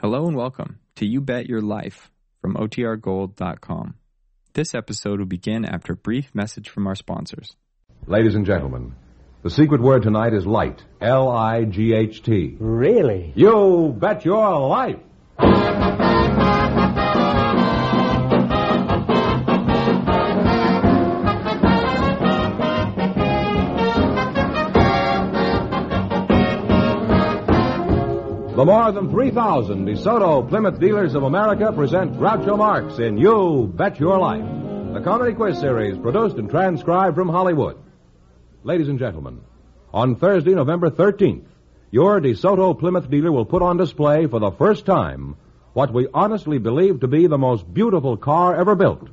Hello and welcome to You Bet Your Life from OTRGold.com. This episode will begin after a brief message from our sponsors. Ladies and gentlemen, the secret word tonight is light. L I G H T. Really? You bet your life. The more than 3,000 DeSoto Plymouth dealers of America present Groucho Marx in You Bet Your Life, the comedy quiz series produced and transcribed from Hollywood. Ladies and gentlemen, on Thursday, November 13th, your DeSoto Plymouth dealer will put on display for the first time what we honestly believe to be the most beautiful car ever built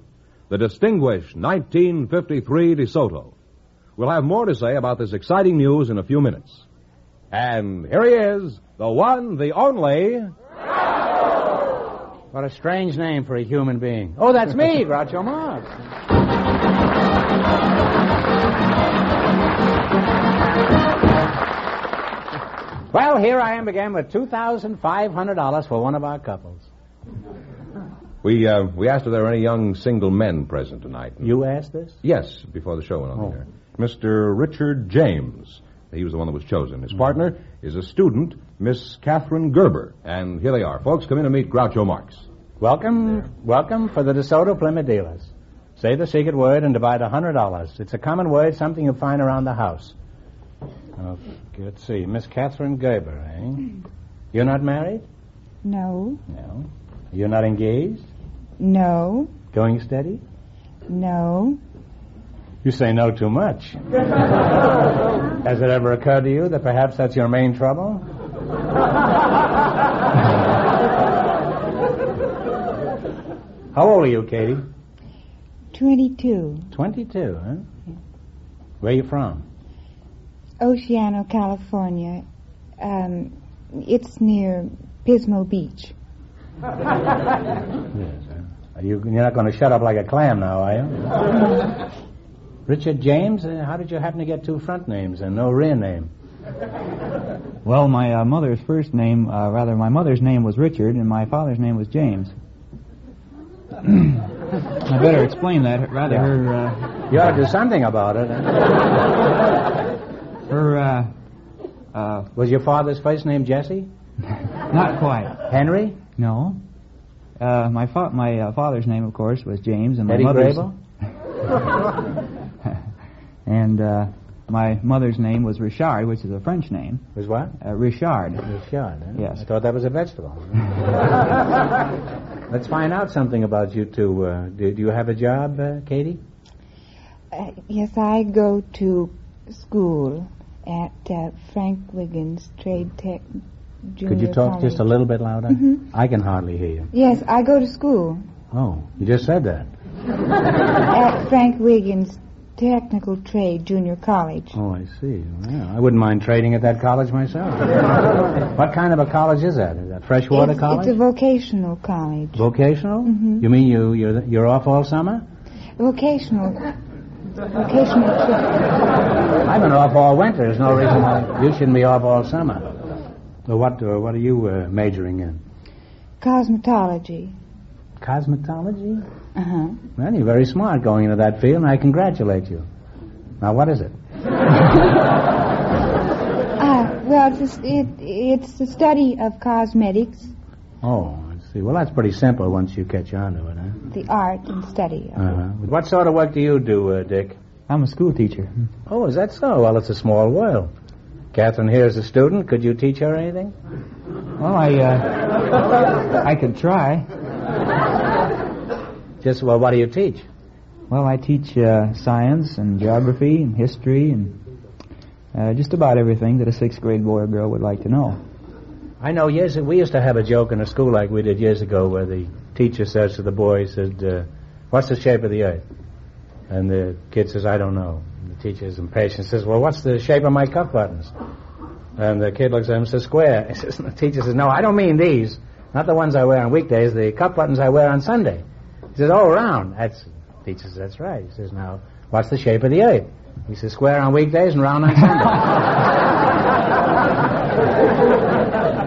the distinguished 1953 DeSoto. We'll have more to say about this exciting news in a few minutes. And here he is, the one, the only. What a strange name for a human being. Oh, that's me, Groucho Marx. Well, here I am again with $2,500 for one of our couples. We uh, we asked if there were any young single men present tonight. You asked this? Oh. Yes, before the show went on the air. Mr. Richard James. He was the one that was chosen. His partner is a student, Miss Catherine Gerber. And here they are. Folks, come in and meet Groucho Marx. Welcome, welcome for the DeSoto Plymouth dealers. Say the secret word and divide $100. It's a common word, something you'll find around the house. Okay, let's see. Miss Catherine Gerber, eh? You're not married? No, No. You're not engaged? no, Going steady? no. You say no too much. Has it ever occurred to you that perhaps that's your main trouble? How old are you, Katie? 22. 22, huh? Where are you from? Oceano, California. Um, it's near Pismo Beach. Yes, Are you, you're not going to shut up like a clam now, are you? Richard James, uh, how did you happen to get two front names and no rear name? Well, my uh, mother's first name, uh, rather, my mother's name was Richard, and my father's name was James. I better explain that. Rather, her uh, You ought to do something about it. her uh, uh, Was your father's first name Jesse? not quite. Henry? No, uh, my fa- my uh, father's name, of course, was James, and my Eddie mother's Grable? and uh, my mother's name was Richard, which is a French name. Was what? Uh, Richard. Richard, huh? Yes. I thought that was a vegetable. Let's find out something about you two. Uh, do, do you have a job, uh, Katie? Uh, yes, I go to school at uh, Frank Wiggins Trade Tech Junior Could you talk just College. a Mm-hmm. little bit louder? I can hardly hear you. Yes, I go to school Oh, you just said that. at Frank Wiggins Technical Trade Junior College. Oh, I see. Well, I wouldn't mind trading at that college myself. what kind of a college is that? Is that freshwater it's, Mm-hmm. college? It's a vocational college. Vocational? You mean you you're you're off all summer? Vocational. Vocational. trade. I've been off all winter. There's no reason why you shouldn't be off all summer. So what uh, what are you uh, majoring in? Cosmetology. Cosmetology? Uh huh. Well, you're very smart going into that field, and I congratulate you. Now, what is it? Ah, well, it's, it, it's the study of cosmetics, Oh, I see. Well, that's pretty simple once you catch on to it, huh? the art and study. of- Uh-huh. What sort of work do you do, uh, Dick? I'm a school teacher. Oh, is that so? Well, it's a small world. Catherine here is a student. Could you teach her anything? Well, I uh, I could try. Just, well, what do you teach? Well, I teach uh, science and geography and history and uh, just about everything that a sixth grade boy or girl would like to know. I know years we used to have a joke in a school like we did years ago where the teacher says to the boy, he said, uh, what's the shape of the earth? And the kid says, I don't know. And the teacher is impatient, says, well, what's the shape of my cuff buttons? And the kid looks at him and says, square. He says, and the teacher says, no, I don't mean these. Not the ones I wear on weekdays, the cuff buttons I wear on Sunday. He says, oh, round. That's, the teacher says, that's right. He says, now, what's the shape of the earth? He says, square on weekdays and round on Sunday.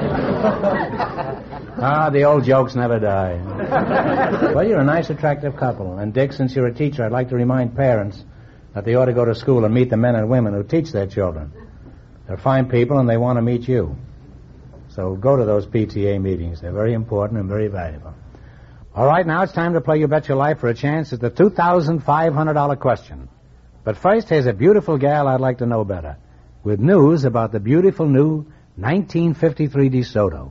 Ah, the old jokes never die. well, you're a nice, attractive couple. And Dick, since you're a teacher, I'd like to remind parents that they ought to go to school and meet the men and women who teach their children. They're fine people and they want to meet you. So go to those PTA meetings. They're very important and very valuable. All right, now it's time to play You Bet Your Life for a chance at the $2,500 question. But first, here's a beautiful gal I'd like to know better with news about the beautiful new 1953 DeSoto.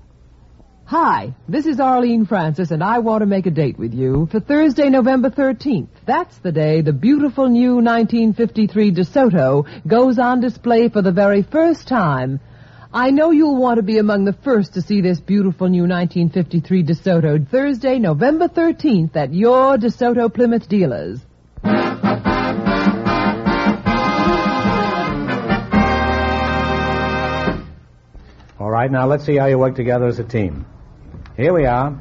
Hi, this is Arlene Francis, and I want to make a date with you for Thursday, November 13th. That's the day the beautiful new 1953 DeSoto goes on display for the very first time. I know you'll want to be among the first to see this beautiful new 1953 DeSoto Thursday, November 13th at your DeSoto Plymouth dealers. All right, now let's see how you work together as a team. Here we are.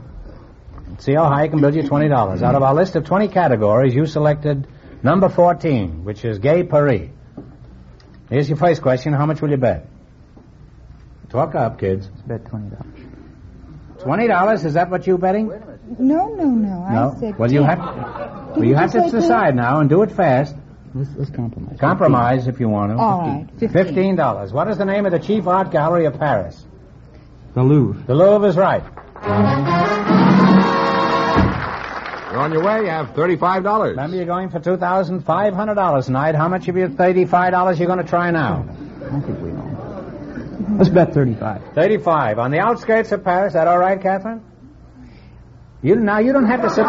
Let's see how high you can build your $20. Out of our list of 20 categories, you selected number 14, which is Gay Paris. Here's your first question. How much will you bet? Talk up, kids. Bet twenty dollars. $20, is that what you're betting? No, no, no. I No. said Well, you ten. have, well, you you have say to ten? decide now and do it fast. Let's, let's compromise. Compromise if you want to. All right, fifteen. Fifteen dollars. What is the name of the chief art gallery of Paris? The Louvre. The Louvre is right. You're on your way. You have thirty-five dollars. Remember, you're going for two thousand five hundred dollars tonight. How much of your thirty-five dollars you're going to try I now? think we know. Let's bet thirty-five. Thirty-five on the outskirts of Paris. That all right, Catherine? You now you don't have to sub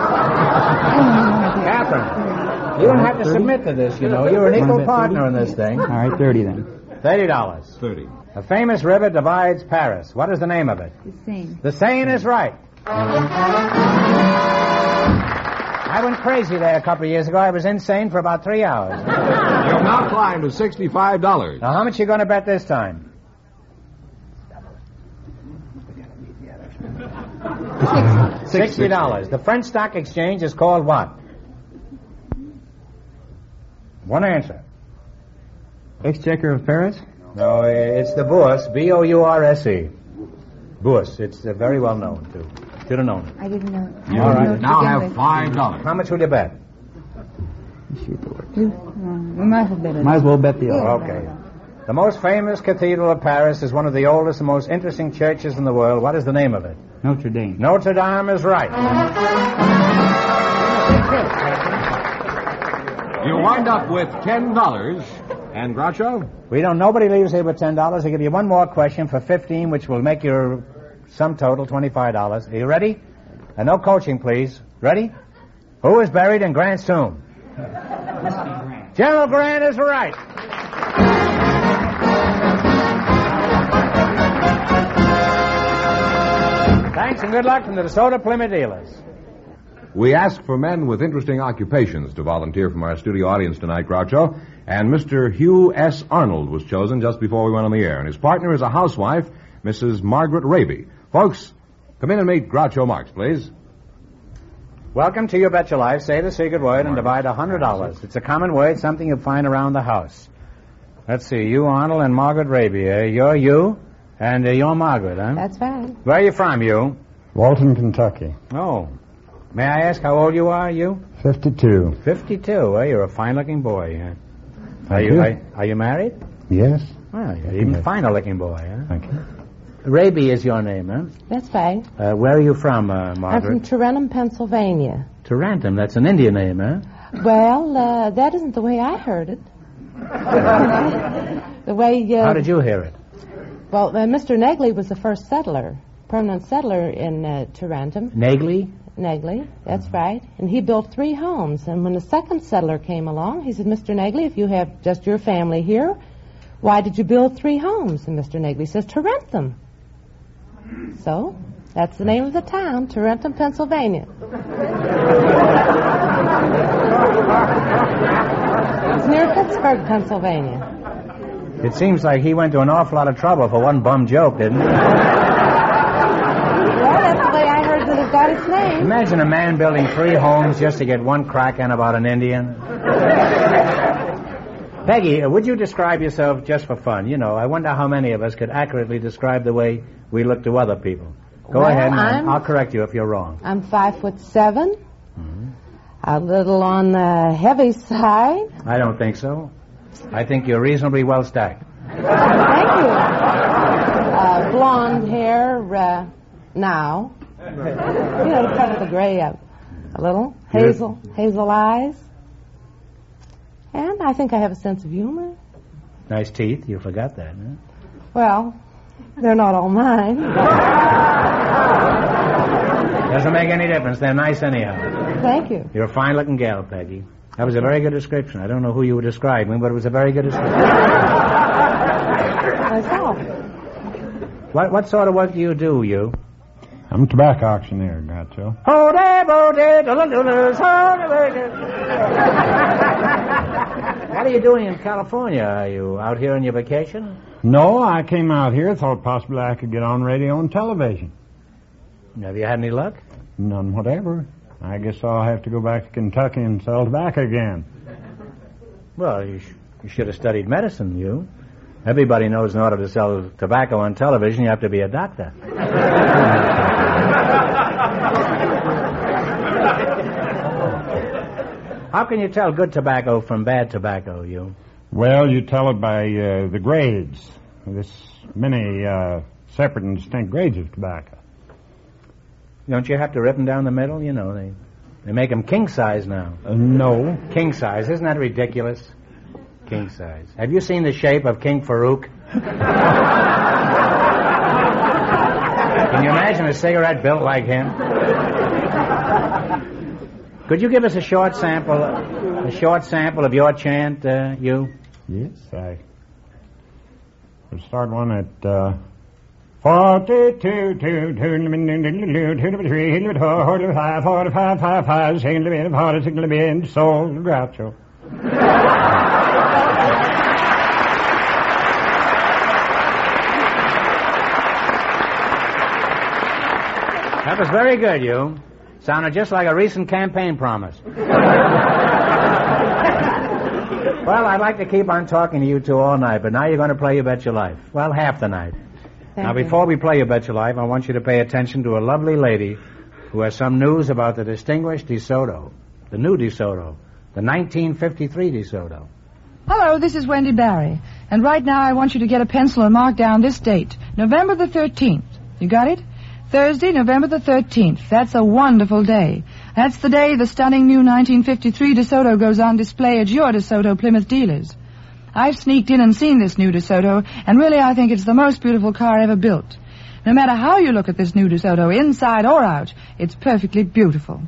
Catherine, you don't have to submit to this. You know, you're an equal partner in this thing. All right, thirty then. Thirty dollars. Thirty. A famous river divides Paris. What is the name of it? The same. The saying is right. I went crazy there a couple of years ago. I was insane for about three hours. You've now climbed to sixty-five dollars. Now, how much you going to bet this time? Sixty dollars. The French Stock Exchange is called what? One answer. Exchequer of Paris. No, it's the Bourse. B O U R S E. Bourse. It's uh, very well known too. Should have known. it. I didn't know. You All right. now Begin have with. five dollars. How much will you bet? Shoot the word. You- mm, we might have better. Might as well bet the other. Oh, Okay. The most famous cathedral of Paris is one of the oldest and most interesting churches in the world. What is the name of it? Notre Dame. Notre Dame is right. You wind up with ten dollars. And Groucho? We don't. Nobody leaves here with ten dollars. I give you one more question for fifteen, which will make your sum total twenty-five dollars. Are you ready? And no coaching, please. Ready? Who is buried in Grant's tomb? General Grant is right. Thanks and good luck from the DeSoto Plymouth dealers. We ask for men with interesting occupations to volunteer from our studio audience tonight, Groucho. And Mr. Hugh S. Arnold was chosen just before we went on the air. And his partner is a housewife, Mrs. Margaret Raby. Folks, come in and meet Groucho Marx, please. Welcome to Your Bet Your Life. Say the secret word and divide a hundred dollars. It's a common word, something you'll find around the house. Let's see, you, Arnold, and Margaret Raby. eh? You're you, and uh, you're Margaret, huh? That's right. Where are you from, you? Walton, Kentucky. Oh. May I ask how old you are, you? 52. Fifty-two, eh? You're a fine-looking boy, huh? Are Thank you, you. are, are you married? Yes? Well, you're even Yes. finer-looking boy, huh? Thank you. Raby is your name, huh? That's right. Uh, where are you from, uh, I'm from Margaret? Tarentum, Pennsylvania. Tarantum. That's an Indian name, huh? Well, uh, that isn't the way I heard it. the way uh, How did you hear it? well, uh, Mr. Negley was the first settler, permanent settler in uh, Tarentum. Nagley? Negley, that's right. And he built three homes. And when the second settler came along, he said, "Mr. Negley, if you have just your family here, why did you build three homes?" And Mr. Negley says, "To rent them." So. That's the name of the town, Tarentum, Pennsylvania. it's near Pittsburgh, Pennsylvania. It seems like he went to an awful lot of trouble for one bum joke, didn't he? Well, that's the way I heard that it got its name. Imagine a man building three homes just to get one crack in about an Indian. Peggy, uh, would you describe yourself just for fun? You know, I wonder how many of us could accurately describe the way we look to other people. Go Well, ahead. and I'm- I'll correct you if you're wrong. I'm five foot 7 A little on the heavy side. I don't think so. I think you're reasonably well stacked. Thank you. Uh, blonde hair uh, now. You know, to cover the gray up a little. Hazel, hazel eyes. And I think I have a sense of humor. Nice teeth. You forgot that. Huh? Well, they're not all mine. Doesn't make any difference. They're nice anyhow. Thank you. You're a fine-looking gal, Peggy. That was a very good description. I don't know who you were describing, but it was a very good description. Myself. What, what sort of work do you do, you? I'm a tobacco auctioneer, Groucho. Hold up, hold up, hold up, hold up. What are you doing in California? Are you out here on your vacation? No, I came out here, thought possibly I could get on radio and television. Have you had any luck? None whatever. I guess I'll have to go back to Kentucky and sell tobacco again. Well, you, sh- you should have studied medicine, you. Everybody knows in order to sell tobacco on television, you have to be a doctor. How can you tell good tobacco from bad tobacco, you? Well, you tell it by uh, the grades. There's many uh, separate and distinct grades of tobacco. Don't you have to rip them down the middle? You know, they, they make them king size now. Uh, no. King size, isn't that ridiculous? King size. Have you seen the shape of King Farouk? Can you imagine a cigarette built like him? Could you give us a short sample, a short sample of your chant, uh, you? Yes, I. We'll start one at uh, 42, 2, 2, 45, 45, 5, 5, 6, 46, 46, soul, groucho. That was very good, you. Sounded just like a recent campaign promise. well, I'd like to keep on talking to you two all night, but now you're going to play You Bet Your Life. Well, half the night. Thank now, you. before we play You Bet Your Life, I want you to pay attention to a lovely lady who has some news about the distinguished DeSoto, the new DeSoto, the 1953 DeSoto. Hello, this is Wendy Barry, and right now I want you to get a pencil and mark down this date, November the 13th. You got it? Thursday, November the 13th. That's a wonderful day. That's the day the stunning new 1953 DeSoto goes on display at your DeSoto Plymouth dealers. I've sneaked in and seen this new DeSoto, and really I think it's the most beautiful car ever built. No matter how you look at this new DeSoto, inside or out, it's perfectly beautiful.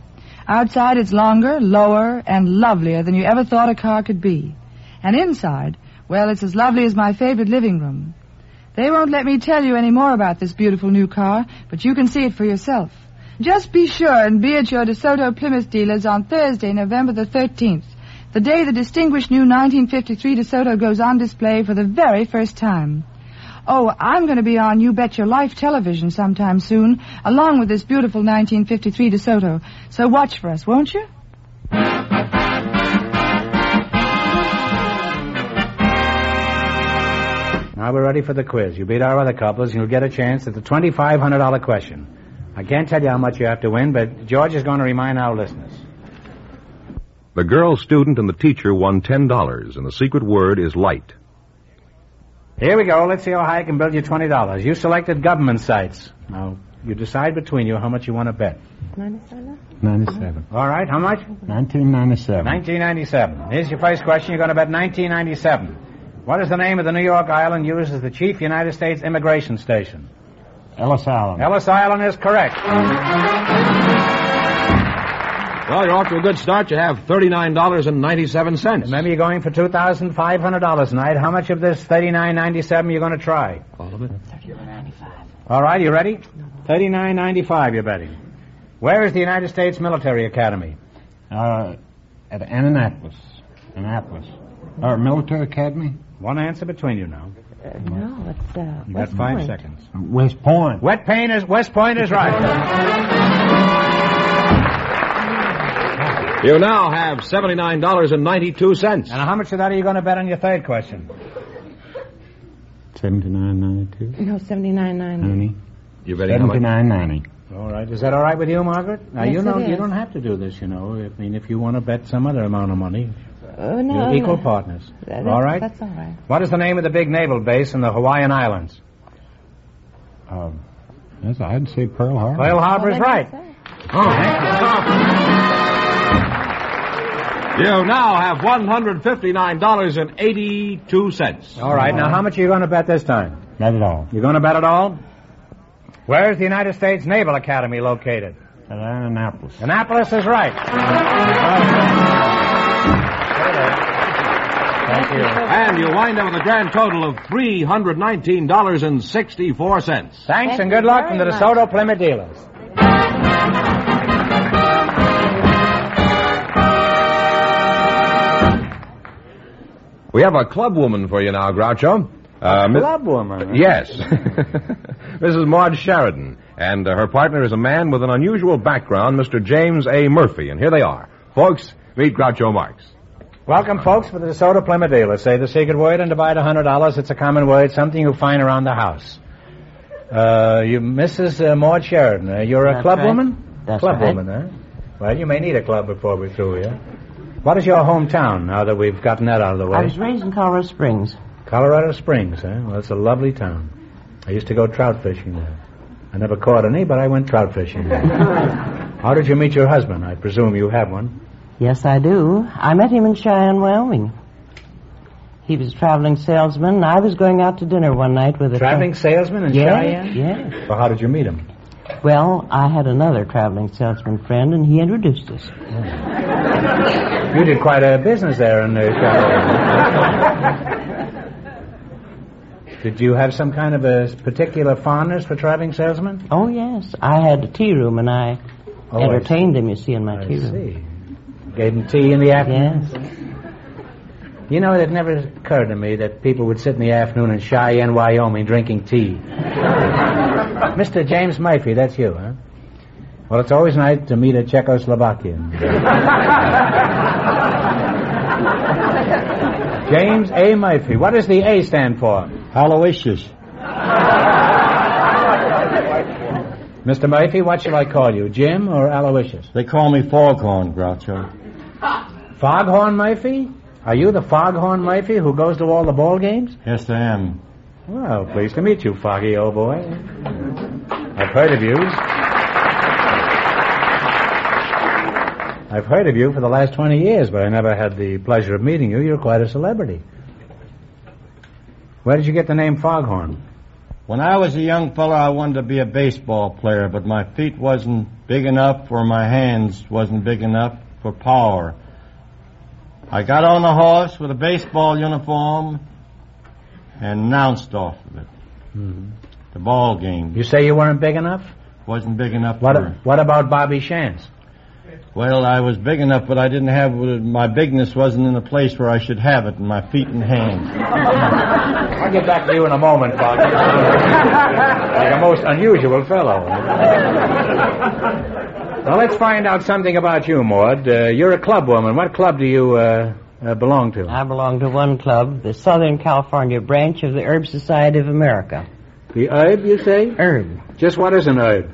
Outside, it's longer, lower, and lovelier than you ever thought a car could be. And inside, well, it's as lovely as my favorite living room. They won't let me tell you any more about this beautiful new car, but you can see it for yourself. Just be sure and be at your DeSoto Plymouth dealers on Thursday, November the 13th, the day the distinguished new 1953 DeSoto goes on display for the very first time. Oh, I'm going to be on You Bet Your Life television sometime soon, along with this beautiful 1953 DeSoto. So watch for us, won't you? Now we're ready for the quiz. You beat our other couples, you'll get a chance at the $2,500 question. I can't tell you how much you have to win, but George is going to remind our listeners. The girl student and the teacher won $10, and the secret word is light. Here we go. Let's see how high I can build you $20. You selected government sites. Now, you decide between you how much you want to bet. 97. All right, how much? 1997. 1997. Here's your first question. You're going to bet 1997. What is the name of the New York island used as the chief United States immigration station? Ellis Allen. Ellis Island is correct. Well, you're off to a good start. You have $39.97. Remember, you're going for $2,500 tonight. How much of this $39.97 are you going to try? All of it. All right, you ready? Thirty-nine ninety-five. You're betting. Where is the United States Military Academy? Uh, at Annapolis. Annapolis. Or Military Academy? One answer between you now. Uh, no, it's uh, You West got five Point. seconds. West Point. Wet Point is West Point is right. You now have $79.92. and how much of that are you going to bet on your third question? 79.92. No, 79.90. Honey. You're betting how much? Seventy-nine ninety. All right. Is that all right with you, Margaret? Now you Yes, it don't you is. don't have to do this, you know. I mean, if you want to bet some other amount of money, Oh, no. you're equal no. partners. That- all right. That's all right. What is the name of the big naval base in the Hawaiian Islands? Um, yes, I'd say Pearl Harbor. Pearl Harbor is Well, right. that's all Oh, thank you, Tom. You now have one hundred fifty-nine dollars and eighty-two cents. All right. Now, how much are you going to bet this time? Not at all. You going to bet at all? Where is the United States Naval Academy located? At Annapolis. Annapolis is right. Thank you. And you wind up with a grand total of three hundred nineteen dollars and sixty-four cents. Thanks Thank and you good luck very from the much. DeSoto Plymouth dealers. We have a club woman for you now, Groucho. Uh, Mi- Club woman. huh? Yes. Mrs. Maud Sheridan. And uh, her partner is a man with an unusual background, Mr. James A. Murphy. And here they are. Folks, meet Groucho Marx. Welcome, folks, for the DeSoto Plymouth dealers. Say the secret word and divide a $100. It's a common word, something you find around the house. Uh, you, Mrs. Uh, Maud Sheridan, uh, you're a That's club right. woman? That's club right. woman, huh? Well, you may need a club before we're through here. What is your hometown now that we've gotten that out of the way? I was raised in Colorado Springs. Colorado Springs, huh? Well, it's a lovely town. I used to go trout fishing there. I never caught any, but I went trout fishing. How did you meet your husband? I presume you have one. Yes, I do. I met him in Cheyenne, Wyoming. He was a traveling salesman, and I was going out to dinner one night with a Traveling salesman in Yeah, Cheyenne? yeah. Well, how did you meet him? Well, I had another traveling salesman friend, and he introduced us. You did quite a business there in uh, Cheyenne. did you have some kind of a particular fondness for traveling salesmen? Oh yes, I had a tea room, and I Oh, I entertained him. You see, in my I tea room. see. Gave him tea in the afternoon? Yes. You know, it never occurred to me that people would sit in the afternoon in Cheyenne, Wyoming, drinking tea. Mr. James Murphy, that's you, huh? Well, it's always nice to meet a Czechoslovakian. James A. Murphy. What does the A stand for? Aloysius. Mr. Murphy, what shall I call you, Jim or Aloysius? They call me Foghorn, Groucho. Foghorn Murphy? Are you the Foghorn Murphy who goes to all the ball games? Yes, I am. Well, pleased to meet you, Foggy, old boy. I've heard of you. I've heard of you for the last 20 years, but I never had the pleasure of meeting you. You're quite a celebrity. Where did you get the name Foghorn? When I was a young fella, I wanted to be a baseball player, but my feet wasn't big enough, or my hands wasn't big enough for power. I got on a horse with a baseball uniform and nounced off of it. The ball game Mm-hmm. You say you weren't big enough? wasn't big enough What, for. what about Bobby Shans? Well, I was big enough, but I didn't have my bigness wasn't in the place where I should have it in my feet and hands. I'll get back to you in a moment, Foggy. You're a most unusual fellow. Well, let's find out something about you, Maud. Uh, you're a club woman. What club do you uh, uh, belong to? I belong to one club, the Southern California branch of the Herb Society of America. The herb, you say? Herb. Just what is an herb?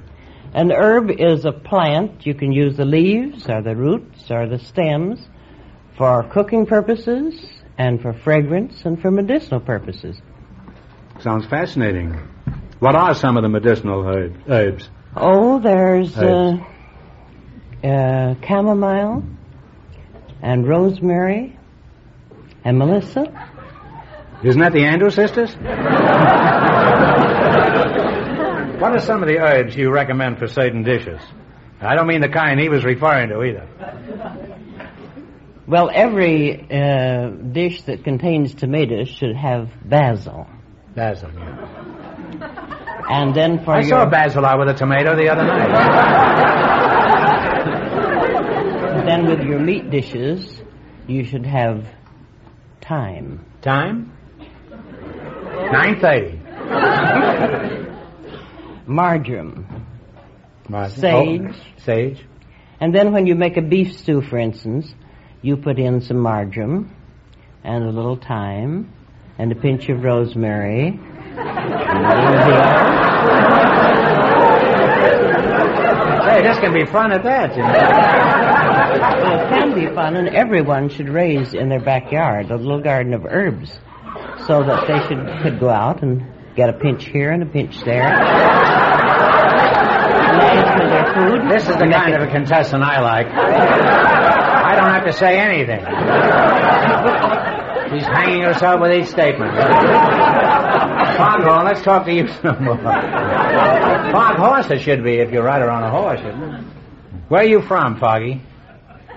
An herb is a plant. You can use the leaves or the roots or the stems for cooking purposes and for fragrance and for medicinal purposes. Sounds fascinating. What are some of the medicinal herb, herbs? Oh, there's uh, Herbs. uh, chamomile and rosemary and Melissa. Isn't that the Andrew sisters? what are some of the herbs you recommend for certain dishes? I don't mean the kind he was referring to either. Well, every uh, dish that contains tomatoes should have basil. Basil. And then for I your saw basil out with a tomato the other night. then with your meat dishes, you should have thyme. Time? Nine thirty. marjoram. Sage. Oh, sage. And then when you make a beef stew, for instance, you put in some marjoram and a little thyme and a pinch of rosemary. and a little dill, Hey, this can be fun at that, you know. Well, it can be fun, and everyone should raise in their backyard a little garden of herbs so that they should could go out and get a pinch here and a pinch there. Lay for their food. This is the kind of a contestant I like. I don't have to say anything. She's hanging herself with each statement. Foghorn, let's talk to you some more. Fog horse it should be if you ride around a horse, shouldn't it? Where are you from, Foggy?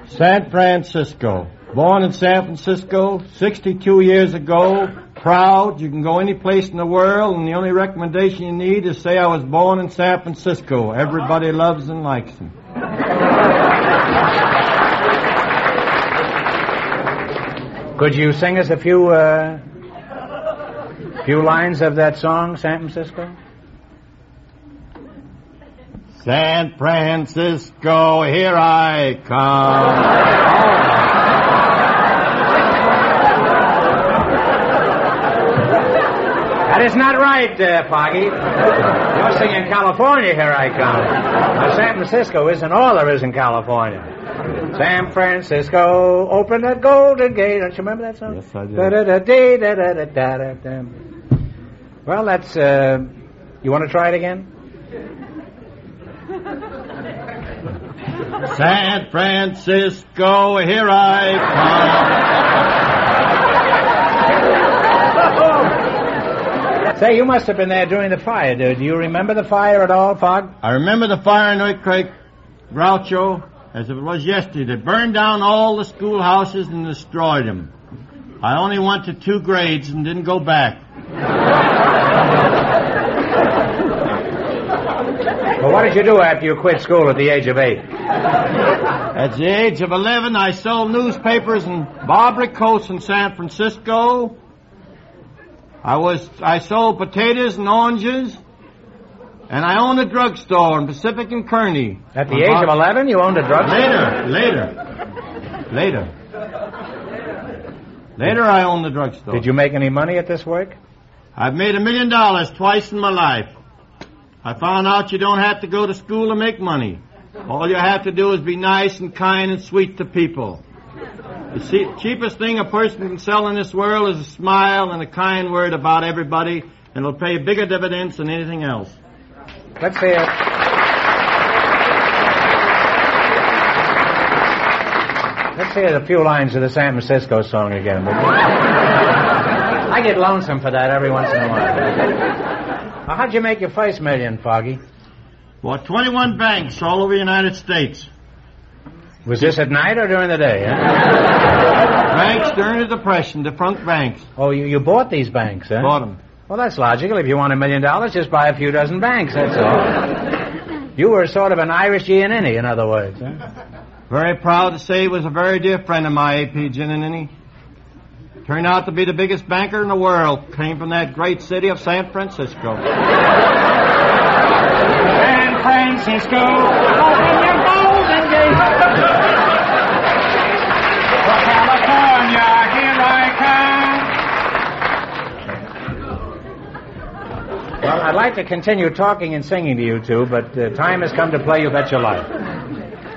San Francisco. Born in San Francisco 62 years ago. Proud. You can go any place in the world, and the only recommendation you need is say I was born in San Francisco. Everybody loves and likes him. Could you sing us a few, uh, few lines of that song, San Francisco? San Francisco, here I come. That is not right, uh, Foggy. You're singing California, here I come. Now, San Francisco isn't all there is in California. San Francisco, open that golden gate. Don't you remember that song? Yes, I do. do. Da-da-da-da-da-da-da. Well, that's. Uh, you want to try it again? San Francisco, here I Say, you must have been there during the fire, dude. Do you remember the fire at all, Fog? come. I remember the fire and earthquake, Groucho, as it was yesterday. They burned down all the schoolhouses and destroyed them. I only went to two grades and didn't go back. Well, what did you do after you quit school at the age of eight? At the age of 11, I sold newspapers and Barbary coats in San Francisco. I was, I sold potatoes and oranges. And I owned a drugstore in Pacific and Kearney. At the age of 11, you owned a drugstore? Later, later, later. Later, I owned the drugstore. Did you make any money at this work? I've made a million dollars twice in my life. I found out you don't have to go to school to make money. All you have to do is be nice and kind and sweet to people. The che- cheapest thing a person can sell in this world is a smile and a kind word about everybody, and it'll pay bigger dividends than anything else. Let's hear it. Let's hear a few lines of the San Francisco song again. would you? I get lonesome for that every once in a while. Now, how'd you make your first million, Foggy? Bought 21 banks all over the United States. Was this at night or during the day? Huh? Banks during the Depression, defunct banks. Oh, you, you bought these banks, huh? Bought 'em. Well, that's logical. If you want a million dollars, just buy a few dozen banks, that's all. You were sort of an Irish Giannini, in other words. eh? Huh? Very proud to say he was a very dear friend of my A.P. Giannini. Turned out to be the biggest banker in the world. Came from that great city of San Francisco. San Francisco! Well, I'd like to continue talking and singing to you two, but the time has come to play You Bet Your Life.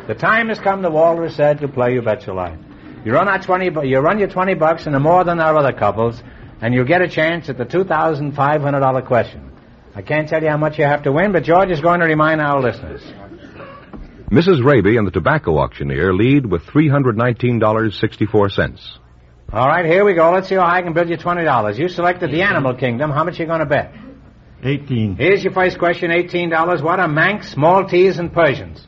The time has come, the Walrus said, to play You Bet Your Life. You run, our 20, bu- you run your 20 bucks into more than our other couples, and you get a chance at the $2,500 question. I can't tell you how much you have to win, but George is going to remind our listeners. Mrs. Raby and the tobacco auctioneer lead with $319.64. All right, here we go. Let's see how high I can build you $20. You selected the animal kingdom. How much are you going to bet? 18. Here's your first question, $18. What are Manx, Maltese, and Persians?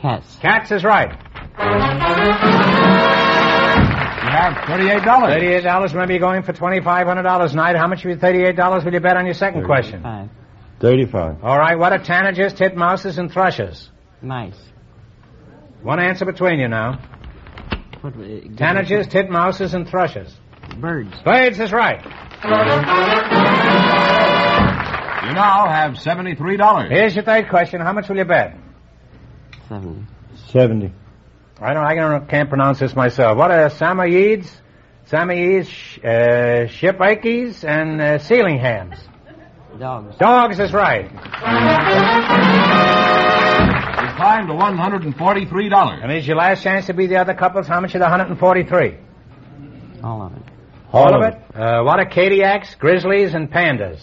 Cats. Cats is right. You have $38. Thirty-eight dollars. Remember, you're going for twenty-five hundred dollars tonight. How much of your thirty-eight dollars will you bet on your second question? Five. 35. All right. What are tanagers, titmouses, and thrushes? Mice. One answer between you now. What, were- Tanagers, titmouses, and thrushes. Birds. Birds is right. You now have $73. Here's your third question. How much will you bet? Seven. 70. I don't. I don't- can't pronounce this myself. What are Samoyedes, Samoyedes, sh- uh, Shipakis, and uh, Sealinghams? Dogs. Dogs is right. time to $143. And it's your last chance to be the other couples. How much of the 143? All of it. All, of it? Uh, what are Kadiaks, grizzlies, and pandas?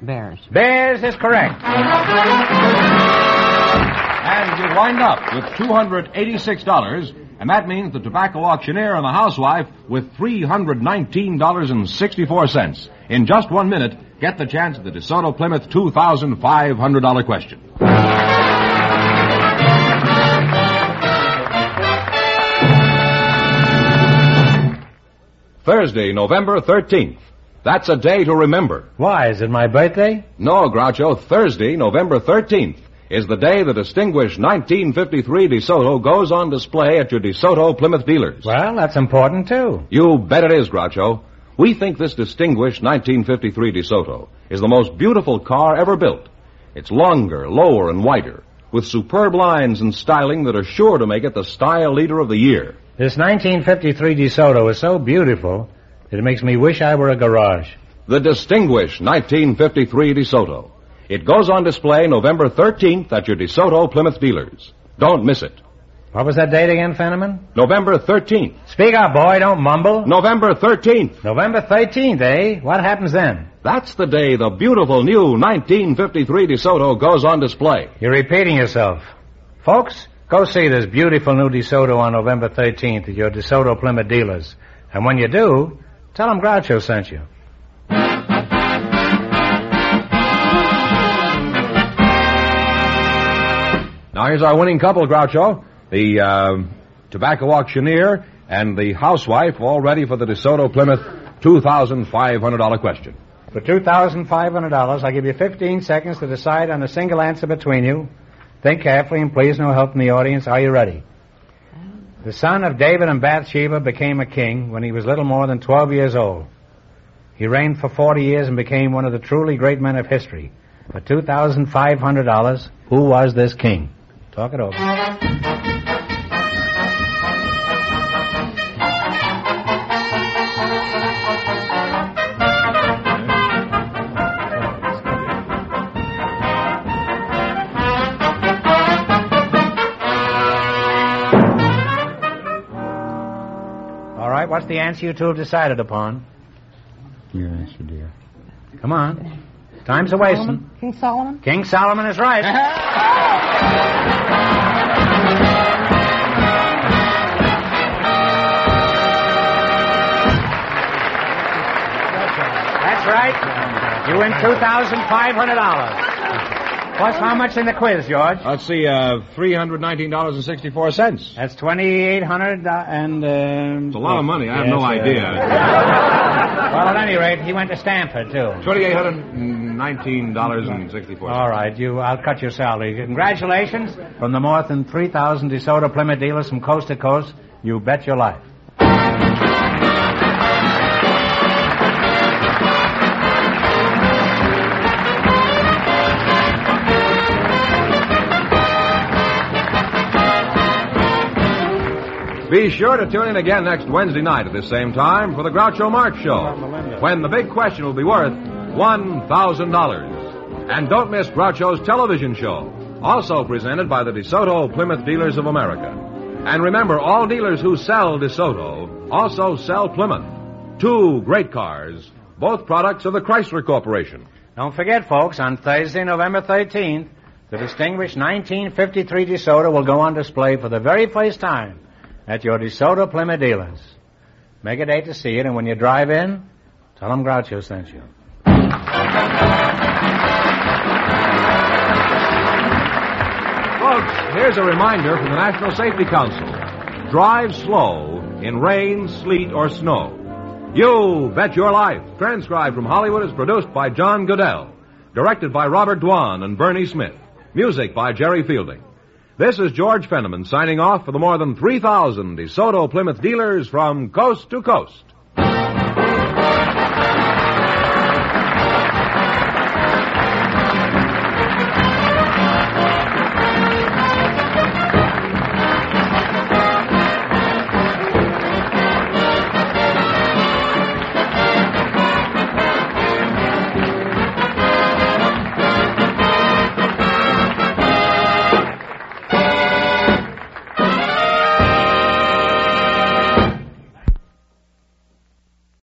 Bears. Bears is correct. And you wind up with $286, and that means the tobacco auctioneer and the housewife with $319.64. In just one minute, get the chance at the DeSoto Plymouth $2,500 question. Thursday, November 13th. That's a day to remember. Why? Is it my birthday? No, Groucho, Thursday, November 13th, is the day the distinguished 1953 DeSoto goes on display at your DeSoto Plymouth dealers. Well, that's important, too. You bet it is, Groucho. We think this distinguished 1953 DeSoto is the most beautiful car ever built. It's longer, lower, and wider, with superb lines and styling that are sure to make it the style leader of the year. This 1953 DeSoto is so beautiful that it makes me wish I were a garage. The distinguished 1953 DeSoto. It goes on display November 13th at your DeSoto Plymouth dealers. Don't miss it. What was that date again, Fenneman? November 13th. Speak up, boy. Don't mumble. November 13th. November 13th, eh? What happens then? That's the day the beautiful new 1953 DeSoto goes on display. You're repeating yourself. Folks, go see this beautiful new DeSoto on November 13th at your DeSoto Plymouth dealers. And when you do, tell them Groucho sent you. Now here's our winning couple, Groucho. The um tobacco auctioneer and the housewife all ready for the DeSoto Plymouth $2,500 question. For $2,500, I'll give you 15 seconds to decide on a single answer between you. Think carefully and please no help from the audience. Are you ready? The son of David and Bathsheba became a king when he was little more than 12 years old. He reigned for 40 years and became one of the truly great men of history. For $2,500, who was this king? Talk it over. All right, what's the answer you two have decided upon? Your answer, dear. Come on. Time's a wasting. King Solomon? King Solomon is right. That's right. You win $2,500. Plus, how much in the quiz, George? Let's see, uh, $319.64. That's twenty-eight hundred uh, and. Um, It's a lot of money. I have no Yes, uh, idea. Well, at any rate, he went to Stanford too. Twenty-eight hundred and nineteen dollars and sixty-four. All right, you. I'll cut your salary. Congratulations from the more than three thousand DeSoto Plymouth dealers from coast to coast. You bet your life. Be sure to tune in again next Wednesday night at this same time for the Groucho Marx Show, when the big question will be worth one thousand dollars. And don't miss Groucho's television show, also presented by the DeSoto Plymouth Dealers of America. And remember, all dealers who sell DeSoto also sell Plymouth. Two great cars, both products of the Chrysler Corporation. Don't forget, folks, on Thursday, November 13th, the distinguished 1953 DeSoto will go on display for the very first time at your DeSoto Plymouth dealers. Make a date to see it, and when you drive in, tell them Groucho sent you. Folks, here's a reminder from the National Safety Council. Drive slow in rain, sleet, or snow. You Bet Your Life, transcribed from Hollywood, is produced by John Goodell, directed by Robert Dwan and Bernie Smith, music by Jerry Fielding. This is George Fenneman signing off for the more than 3,000 DeSoto Plymouth dealers from coast to coast.